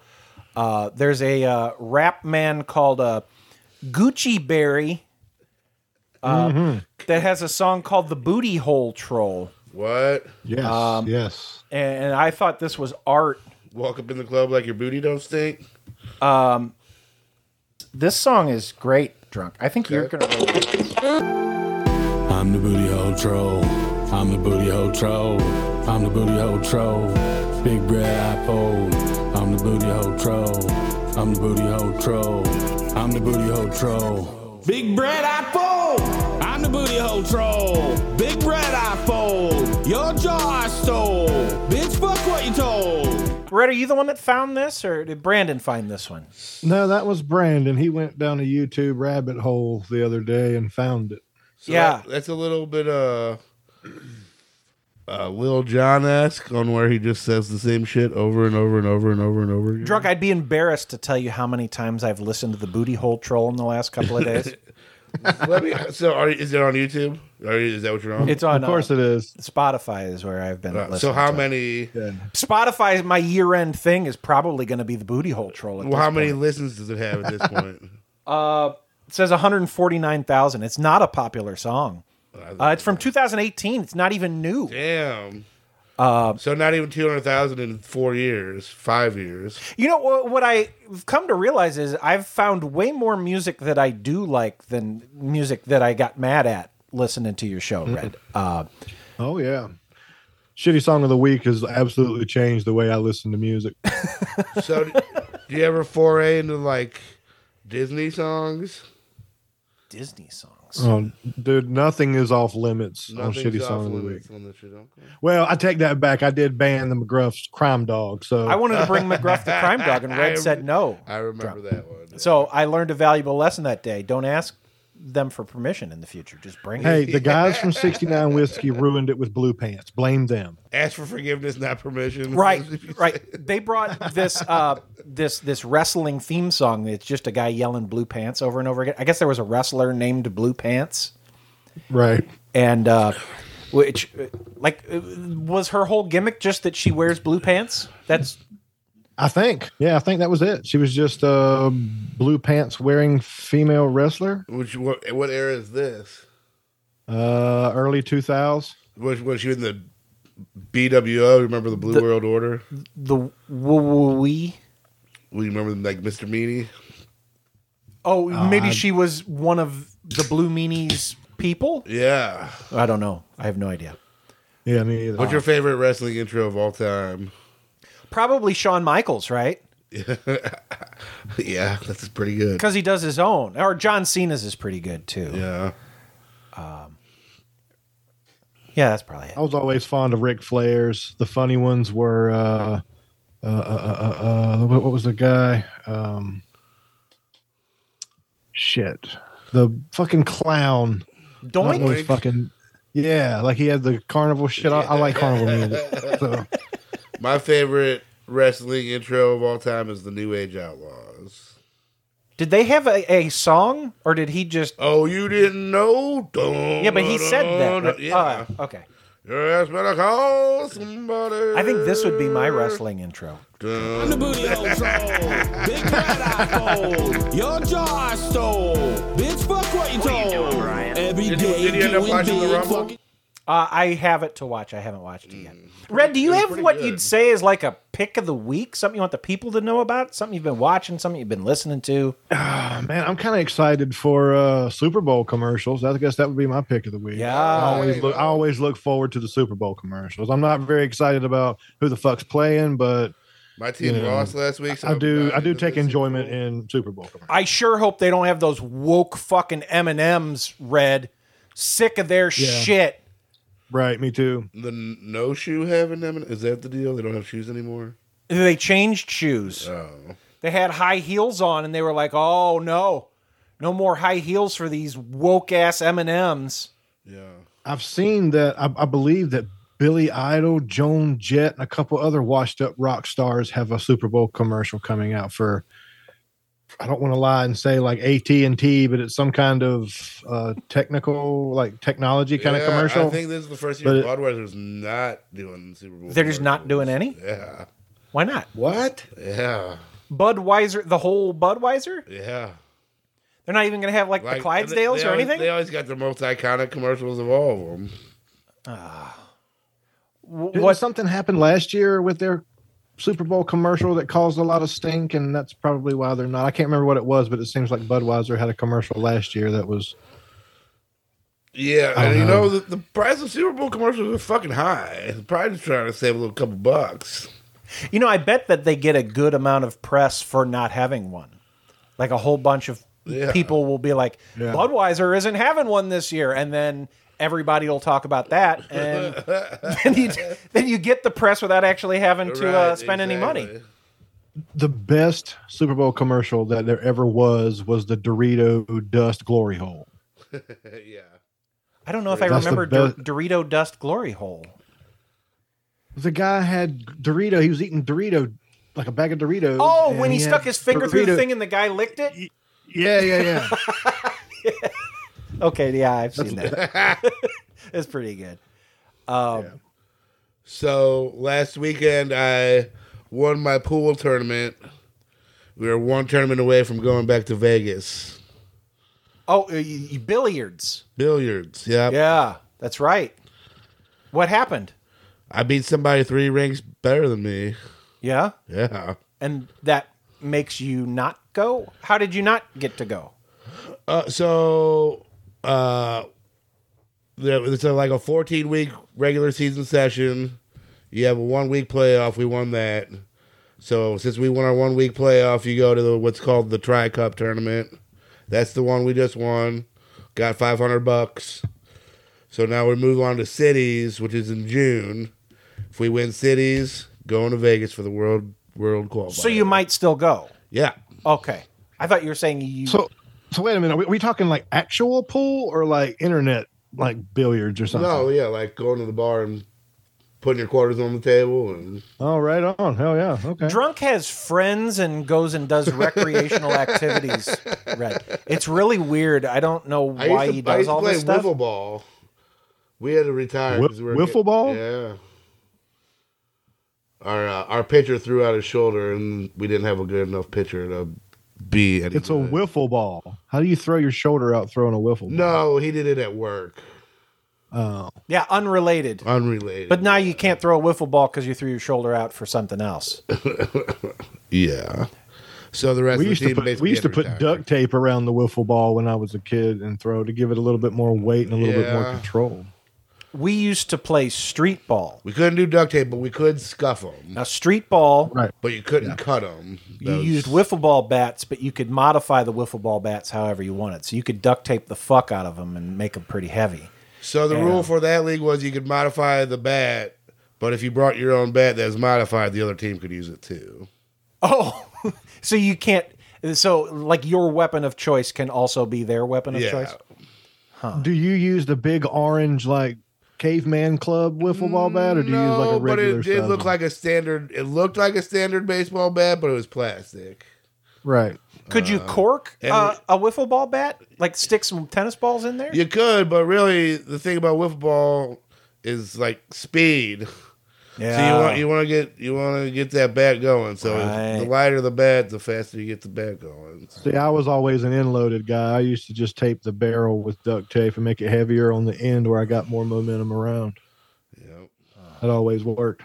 Uh, there's a uh, rap man called uh, Gucci Berry uh,
Mm-hmm.
Mhm.
that has a song called "The Booty Hole Troll."
What?
Yes.
Um,
yes.
eh.
And, and I thought this was art.
Walk up in the club like your booty don't stink.
Um, this song is great. Drunk. I think you're gonna. Really like this.
I'm the booty hole troll. I'm the booty hole troll. I'm the booty hole troll. Big bread I fold. I'm the booty hole troll. I'm the booty hole troll. I'm the booty hole troll. Big bread I fold. I'm the booty hole troll. Big bread I fold. Your jaw I stole. Bitch, fuck what you told.
Red, are you the one that found this, or did Brandon find this one?
No, that was Brandon. He went down a YouTube rabbit hole the other day and found it.
So that- that's a little bit uh, uh Lil John esque on where he just says the same shit over and over and over and over and over again.
Drunk, I'd be embarrassed to tell you how many times I've listened to the booty hole troll in the last couple of days.
Let me. So, are, is it on YouTube? Or is that what you're on?
It's on.
it is.
Spotify is where I've been.
Uh,
listening
so, how
to it.
many?
Spotify, my year-end thing is probably going to be the booty hole troll. at
Well, how
this
many
point.
listens does it have at this point?
Uh, it says 149,000. It's not a popular song. Uh, it's from 2018. It's not even new.
Damn.
Uh,
so not even two hundred thousand in four years, five years.
You know wha- what I've come to realize is I've found way more music that I do like than music that I got mad at listening to your show, Red. Uh,
Oh yeah. Shitty song of the week has absolutely changed the way I listen to music.
So, do you ever foray into like Disney songs?
Disney songs.
Oh, dude, nothing is off limits on
Nothing's
Oh, shitty
off
song of the week.
limits on the shit, okay.
Well, I take that back. I did ban the McGruff's Crime Dog. So
I wanted to bring McGruff the crime dog, and Red
I-
said no.
I remember that one.
So I learned a valuable lesson that day. Don't ask them for permission in the future. Just bring
Hey,
it.
the guys from 69 Whiskey ruined it with blue pants. Blame them.
Ask for forgiveness, not permission.
Right, right. They brought this uh, this this wrestling theme song. It's just a guy yelling "Blue Pants" over and over again. I guess there was a wrestler named Blue Pants,
Right.
and uh, which uh, like uh, was her whole gimmick just that she wears blue pants. That's
I think. Yeah, I think that was it. She was just a blue pants wearing female wrestler.
Which what, what era is this?
Uh early 2000s.
Was was you in the BWO? Remember the Blue World Order?
The woo wee.
Well, you remember like Mr. Meanie?
oh,
Uh,
maybe
I-
she was one of the Blue Meanies people.
Yeah.
I don't know. I have no idea.
Yeah, me either.
What's your favorite wrestling intro of all time?
Probably Shawn Michaels, right?
yeah, that's pretty good.
Because he does his own. Or John Cena's is pretty good too.
Yeah.
Um, yeah, that's probably it.
I was always fond of Ric Flair's. The funny ones were uh uh, uh, uh, uh, what, what was the guy? Um, shit, the fucking clown. I don't know his
Doink?
fucking. Yeah, like he had the carnival shit. I, I like carnival music. So
My favorite wrestling intro of all time is the New Age Outlaws.
Did they have a, a song, or did he just?
Oh, you didn't know? Dun,
yeah, but he said that.
dun, dun. Uh, Yeah.
Oh, okay.
Yes, but I call somebody.
I think this would be my wrestling intro.
I'm
the booty hole troll. Big red iPhone. Your jaw I stole. Bitch, fuck what you told. Every
Did you-
day
did you end up
doing
watching the
big
Rumble?
fucking-
Uh, I have it to watch. I haven't watched it
Mm.
yet. Red, do you have what you'd say is like a pick of the week? Something you want the people to know about? Something you've been watching? Something you've been listening to?
man, I'm kind of excited for uh, Super Bowl commercials. I guess that would be my pick of the week.
Yeah.
I always look. I always look forward to the Super Bowl commercials. I'm not very excited about who the fuck's playing, but
My team lost last week, so
I
I'm
do.
dying
I do take enjoyment in Super Bowl commercials.
I sure hope they don't have those woke fucking M and M's. Red, sick of their
Yeah.
shit.
Right, me too.
The n- no shoe having them is that the deal? They don't have shoes anymore.
They changed shoes.
Oh,
They had high heels on, and they were like, "Oh no, no more high heels for these woke ass M and M's."
I've seen that. I, I believe that Billy Idol, Joan Jett, and a couple other washed-up rock stars have a Super Bowl commercial coming out for. I don't want to lie and say like AT and T, but it's some kind of uh, technical, like technology kind
Yeah,
of commercial.
I think this is the first
But
year
it-
Budweiser's not doing Super Bowl.
They're just not doing any.
Yeah.
Why not?
What? Yeah.
Budweiser, the whole Budweiser.
Yeah.
They're not even going to have like, the
they- they
Clydesdales
always-
or anything.
They always got the most iconic commercials of all of them.
Didn't something happened last year with their Super Bowl commercial that caused a lot of stink, and that's probably why they're not. I can't remember what it was, but it seems like Budweiser had a commercial last year that was.
Yeah,
I
and you
don't know.
know the, the price of Super Bowl commercials are fucking high. Probably just trying to save a little couple bucks.
You know, I bet that they get a good amount of press for not having one. Like a whole bunch of
Yeah.
people will be like,
Yeah.
Budweiser isn't having one this year. And then everybody will talk about that. And then, you, then you get the press without actually having to uh,
Right,
spend any money.
The best Super Bowl commercial that there ever was was the Dorito Dust Glory Hole.
yeah.
I don't know if I
That's the
remember Dor-
best-
Dorito Dust Glory Hole.
The guy had Dorito. He was eating Dorito, like a bag of Doritos.
Oh,
and
when he,
had
stuck his finger through the
Dorito-
thing and the guy licked it?
Yeah, yeah, yeah.
Okay, yeah, I've seen that. it's pretty good. Um,
So last weekend I won my pool tournament. We were one tournament away from going back to Vegas.
Oh, uh, y y- billiards.
Billiards, yeah.
Yeah, that's right. What happened?
I beat somebody three ranks better than me.
Yeah.
Yeah.
And that makes you not go? How did you not get to go?
Uh, so uh, there- it's a, like a 14 week regular season session. You have a one week playoff. We won that. So since we won our one week playoff, you go to the, what's called the Tri Cup tournament. That's the one we just won. Got 500 bucks. So now we move on to cities, which is in June. If we win cities, going to Vegas for the world world qualifier.
So you might still go.
yeah.
Okay. I thought you were saying you.
So, so wait a minute. Are we, are we talking like actual pool or like internet, like billiards or something?
No, yeah, like going to the bar and putting your quarters on the table and
Oh, right on. Hell yeah. Okay.
Drunk has friends and goes and does recreational activities. Right. It's really weird. I don't know
I
why
used to,
he
I
does
used to
all
play
this stuff.
wiffle ball. We had to retire.
Wi-
'cause we were
wiffle
getting-
ball?
Yeah. Our uh, our pitcher threw out his shoulder, and we didn't have a good enough pitcher to be. Any
It's a
good.
wiffle ball. How do you throw your shoulder out throwing a wiffle ball?
No, he did it at work.
Oh.
Yeah, unrelated.
Unrelated.
But now you can't throw a wiffle ball because you threw your shoulder out for something else.
yeah. So the rest
we
of the
used
team
to put
basically
we used to
had
put
retired.
duct tape around the wiffle ball when I was a kid and throw to give it a little bit more weight and a little bit more
Yeah.
control.
We used to play street ball.
We couldn't do duct tape, but we could scuff them.
Now, street ball,
But you couldn't cut them.
you used wiffle ball bats, but you could modify the wiffle ball bats however you wanted. So you could duct tape the fuck out of them and make them pretty heavy.
So the
Yeah.
rule for that league was you could modify the bat, But if you brought your own bat that's modified, the other team could use it too.
Oh, so you can't. So like your weapon of choice can also be their weapon of
Yeah.
choice.
Do you use the big orange like caveman club wiffle ball bat, or do you use like a
No, but
regular?
it did
size
look
one?
like a standard. It looked like a standard baseball bat, but it was plastic.
right.
Could you
Uh,
cork
and-
uh, a wiffle ball bat? Like stick some tennis balls in there?
You could, but really, the thing about wiffle ball is like speed. So
Yeah.
you want you want to get you want to get that bat going. So the lighter the bat, the faster you get the bat going.
See, I was always an end loaded guy. I used to just tape the barrel with duct tape and make it heavier on the end where I got more momentum around.
Yep.
That always worked.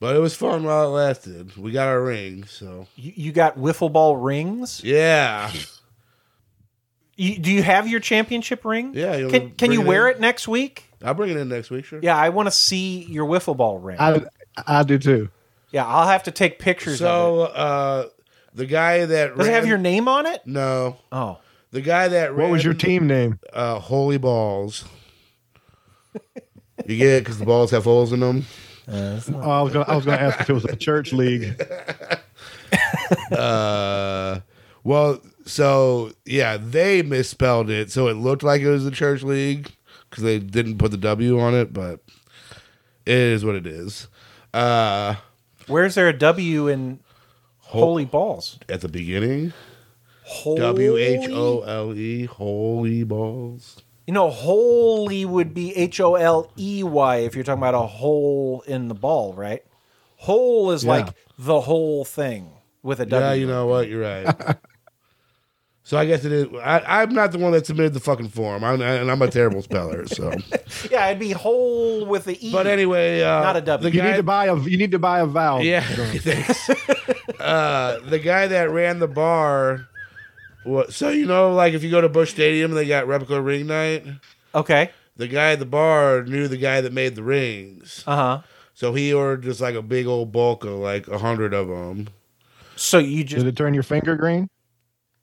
But it was fun while it lasted. We got our ring. So
you, you got wiffle ball rings.
Yeah.
You, do you have your championship ring?
Yeah. you
Can
wanna
Can you
bring it
wear
in?
it next week?
I'll bring it in next week, sure.
Yeah, I want to see your wiffle ball ring.
I I do too.
yeah, I'll have to take pictures. of
So uh, the guy that
Does it have your name on it?
No.
Oh.
The guy that
What was your
ran-
team name?
Uh, holy balls. you get it because the balls have holes in them.
Oh, I was gonna, I was going to ask if it was a church league.
uh, well, so yeah, they misspelled it, so it looked like it was the church league because they didn't put the W on it, but it is what it is. Uh,
it. Where is there a W in holy balls?
at the beginning?
Holy-
W H O L E, holy balls.
You know, holy would be H O L E Y if you're talking about a hole in the ball, right? Hole is
Yeah.
like the whole thing with a W.
Yeah, you know what? You're right. so I guess it is. I, I'm not the one that submitted the fucking form, I'm, and I'm a terrible speller. So
Yeah, it'd be whole with the E.
But anyway, uh,
not a W.
the
You need to buy a you need to buy a valve.
Yeah, thanks. uh, the guy that ran the bar. What, so you know, like if you go to Bush Stadium, they got replica ring night.
Okay.
The guy at the bar knew the guy that made the rings,
Uh huh.
so he ordered just like a big old bulk of like a hundred of them.
So you just
Did it turn your finger green?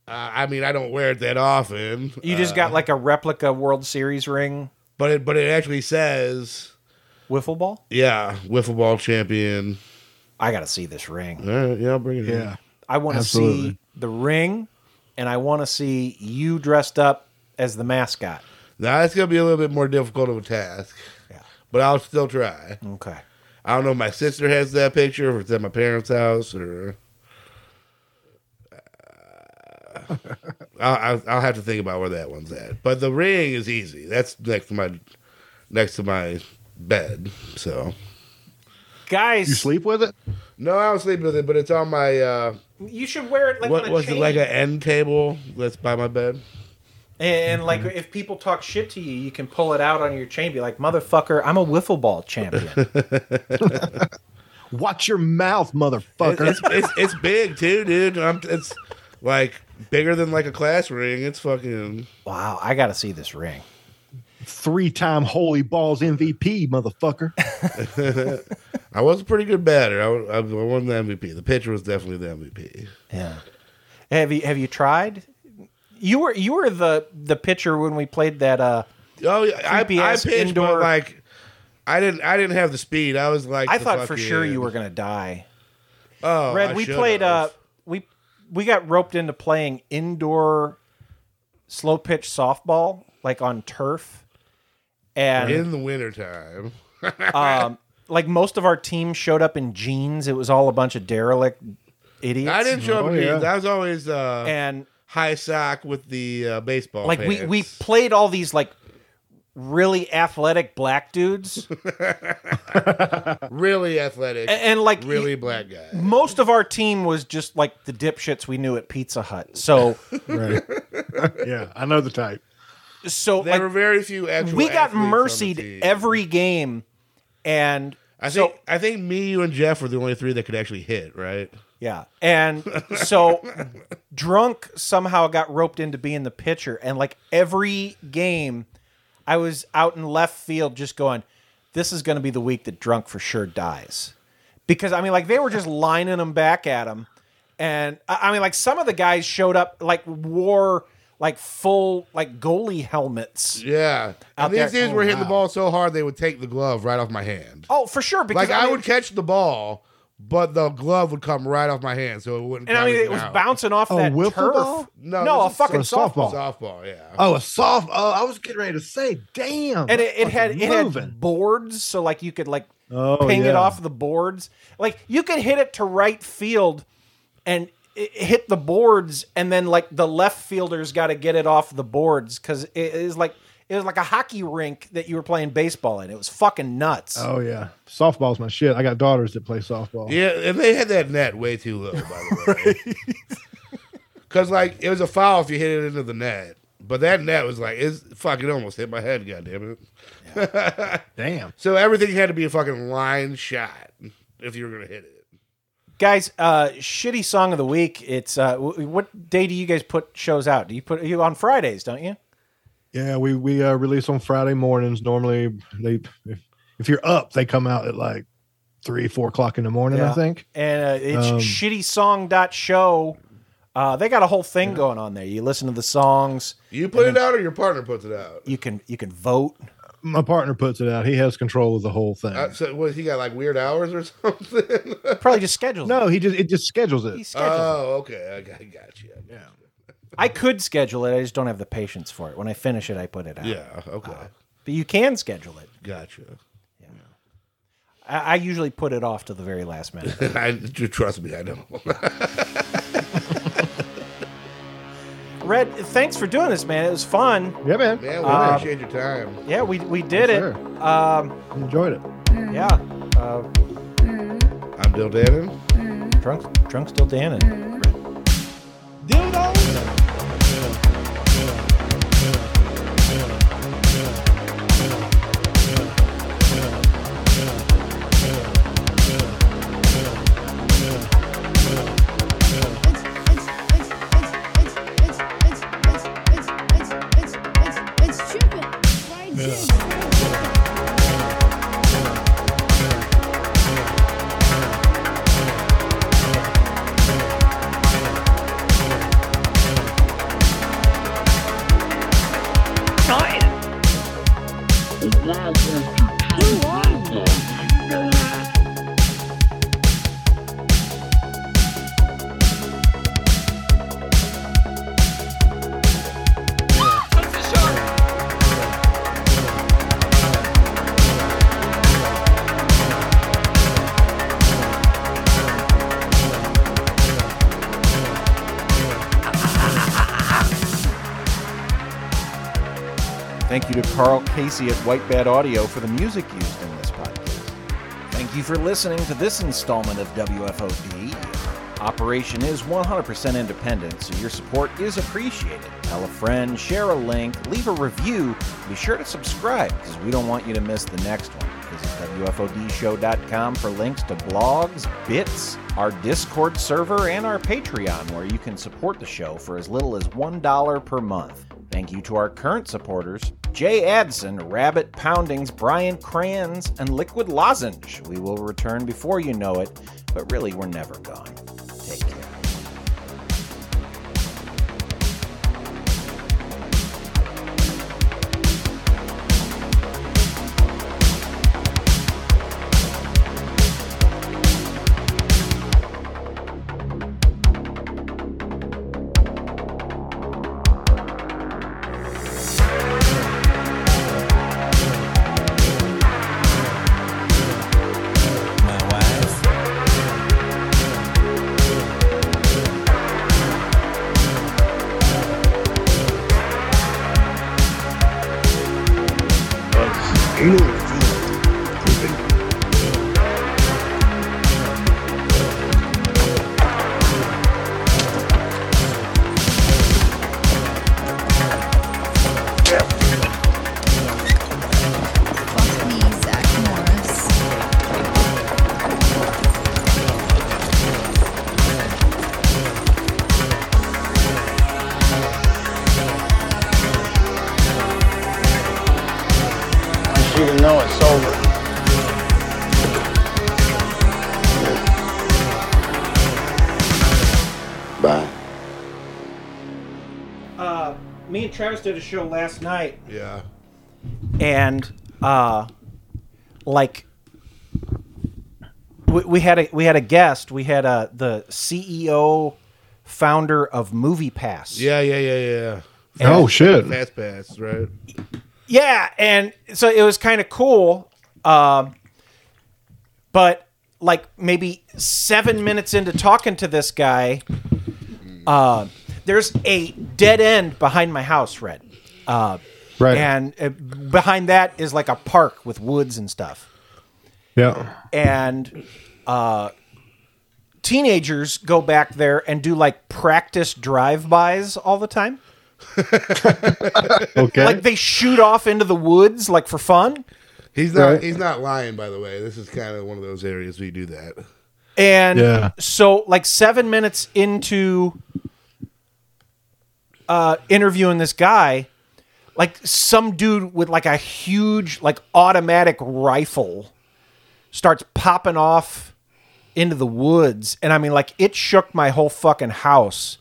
Uh, I mean, I don't wear it that often.
you just
uh,
got like a replica World Series ring
but it but it actually says,
wiffle ball.
yeah, wiffle ball champion.
I gotta see this ring.
All right, yeah, I'll bring it. in.
I want to see
Absolutely.
the ring, and I want to see you dressed up as the mascot.
Now that's gonna be a little bit more difficult of a task. Yeah. But I'll still try.
Okay.
I don't know if my sister has that picture, or if it's at my parents' house, or Uh, I'll, I'll- I'll have to think about where that one's at. But the ring is easy. That's next to my next to my bed. So
guys,
you
sleep with it?
No, I don't sleep with it, but it's on my. Uh,
You should wear it like
what
on a
was
chain.
it like? An end table that's by my bed.
And like, if people talk shit to you, you can pull it out on your chain. Be like, motherfucker, I'm a wiffle ball champion.
Watch your mouth, motherfucker.
It's, it's it's big too, dude. I'm, it's like bigger than like a class ring. It's fucking.
Wow, I gotta see this ring.
Three time holy balls MVP, motherfucker.
I was a pretty good batter. I, wa- I won the MVP. The pitcher was definitely the MVP.
Yeah. have you Have you tried? You were you were the the pitcher when we played that. uh
Oh, yeah, I, I
creepy ass
pitched, but like I didn't. I didn't have the speed. I was like,
I
the
thought for sure
fucking-
you were gonna die.
Oh,
Red,
I
we
should've.
played. uh We we got roped into playing indoor slow pitch softball, like on turf, and
in the wintertime.
um, like most of our team showed up in jeans. It was all a bunch of derelict idiots.
I didn't show up. in jeans. I was always uh,
Oh, and
high sock with the uh, baseball.
like we
pants.
we played all these like really athletic black dudes.
really athletic
And- and, like,
really
you-
black guy.
most of our team was just like the dipshits we knew at Pizza Hut. So
right. yeah, I know the type.
so
There
like,
were very few actual.
we got
athletes on the
mercied
team.
every game, and
I
so
think I think me, you, and Jeff were the only three that could actually hit. Right.
Yeah. And so drunk somehow got roped into being the pitcher. And like every game, I was out in left field just going, this is going to be the week that drunk for sure dies. Because I mean, like they were just lining them back at him. And I I mean, like some of the guys showed up, like wore like full like goalie helmets.
Yeah,
out
And these
there.
dudes were hitting the ball so hard they would take the glove right off my hand.
Oh, for sure. Because
like I,
mean-
would catch the ball, but the glove would come right off my hand, so it wouldn't.
And I
count
mean,
as
it
an
was
out.
bouncing off that turf.
No,
No,
this
a
is
fucking
so-
softball.
Softball, yeah.
Oh, a soft. Oh, I was getting ready to say, damn.
And it, it
that's
had
fucking
it had
moving.
boards, so like you could like
Oh,
ping it
yeah.
off the boards. Like you could hit it to right field and it it hit the boards, and then like the left fielder's got to get it off the boards because it is like it was like a hockey rink that you were playing baseball in. It was fucking nuts.
Oh yeah, softball's my shit. I got daughters that play softball.
Yeah, and they had that net way too low, by the way. Because like it was a foul if you hit it into the net, but that net was like it's fuck. It almost hit my head. Goddamn it!
Damn.
So everything had to be a fucking line shot if you were gonna hit it.
Guys, uh, shitty song of the week. It's uh, w- what day do you guys put shows out? Do you put you on Fridays? Don't you?
Yeah, we we uh, release on Friday mornings. Normally, they if, if you're up, they come out at like three, four o'clock in the morning. I
Yeah.
think.
And uh, it's
Um,
shitty song dot show. Uh, they got a whole thing going on there. You listen to the songs.
You put it out, or your partner puts it out.
You can you can vote.
My partner puts it out. He has control of the whole thing.
Uh, so what? He got like weird hours or something.
Probably just schedules.
no, he just it just schedules it.
He schedules it.
oh, okay. I got, got you. Yeah.
I could schedule it. I just don't have the patience for it. When I finish it, I put it out.
Yeah. Okay.
But you can schedule it.
Uh, gotcha.
I, I usually put it off to the very last minute.
I, you trust me. I know.
Red, thanks for doing this, man. It was fun.
Yeah, man.
Yeah, we
Uh,
appreciate your time.
Yeah, we, we did
Yes,
it. Um,
Enjoyed it.
yeah. Uh,
I'm Bill Dannon.
Drunk, drunk still Dannon.
Dildo.
Thank you to Carl Casey at White Bad Audio for the music used in this podcast. Thank you for listening to this installment of WFOD. Operation is 100% independent, so your support is appreciated. Tell a friend, share a link, leave a review. Be sure to subscribe because we don't want you to miss the next one. Visit WFODshow.com for links to blogs, bits, our Discord server, and our Patreon, where you can support the show for as little as $1 per month. Thank you to our current supporters Jay Adson, Rabbit Poundings, Brian Kranz, and Liquid Lozenge. We will return before you know it, but really, we're never gone. Take care.
She even know it's over.
Uh, me and Travis did a show last night.
Yeah.
and uh like we, we had a we had a guest we had uh the ceo founder of movie pass
Yeah, yeah, yeah, yeah. yeah.
Oh, shit.
Fast pass, right?
yeah and so it was kind of cool um but like maybe seven minutes into talking to this guy uh there's a dead end behind my house red uh
Right.
and uh, behind that is like a park with woods and stuff
Yeah.
and uh, teenagers go back there and do like practice drive-bys all the time.
Okay.
Like they shoot off into the woods like for fun.
He's not. He's not lying, by the way. This is kind of one of those areas we do that.
And
Yeah.
so like 7 minutes into uh interviewing this guy, like some dude with like a huge like automatic rifle starts popping off into the woods and i mean like it shook my whole fucking house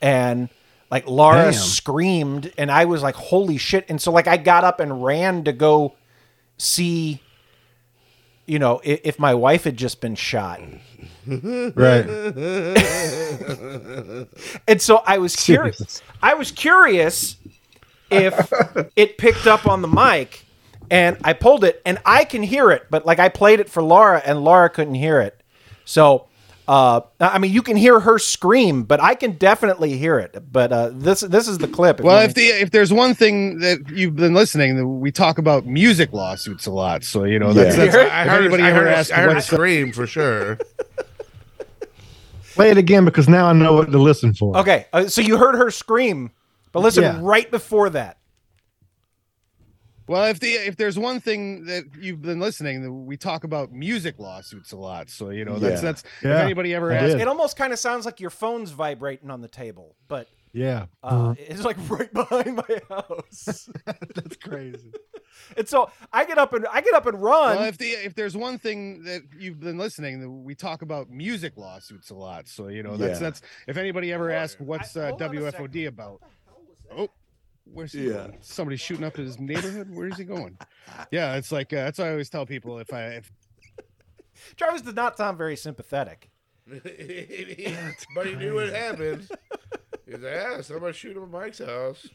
and like laura
Damn.
screamed and i was like holy shit and so like i got up and ran to go see you know if, if my wife had just been shot and so i was curious i was curious if it picked up on the mic and I pulled it and I can hear it, but like I played it for Laura and Laura couldn't hear it. So, uh, I mean, you can hear her scream, but I can definitely hear it. But uh, this this is the clip.
Well,
you-
if the if there's one thing that you've been listening, we talk about music lawsuits a lot. So you know that's,
Yeah.
that's
I
if
heard-
anybody
I
ever
heard-
asks
I heard
what
a
it's-
scream for sure.
Play it again because now I know what to listen for.
okay, uh, so you heard her scream, but listen,
Yeah.
right before that,
Well, if the if there's one thing that you've been listening, we talk about music lawsuits a lot. So you know that's
Yeah.
that's
Yeah,
if anybody ever
I
asks.
it almost kind of sounds like your phone's vibrating on the table, but
Yeah.
uh, it's like right behind my house.
That's crazy.
and so I get up and I get up and run.
Well, if the if there's one thing that you've been listening, we talk about music lawsuits a lot. So you know that's
Yeah.
that's if anybody ever asks what's uh, WFOD about. Oh, where's he?
Yeah.
going? Somebody shooting up his neighborhood. Where is he going? yeah, it's like uh, that's what I always tell people if I if
Travis did not sound very sympathetic.
"Ah, but he knew what happened. He's like, yeah, somebody shoot him at Mike's house.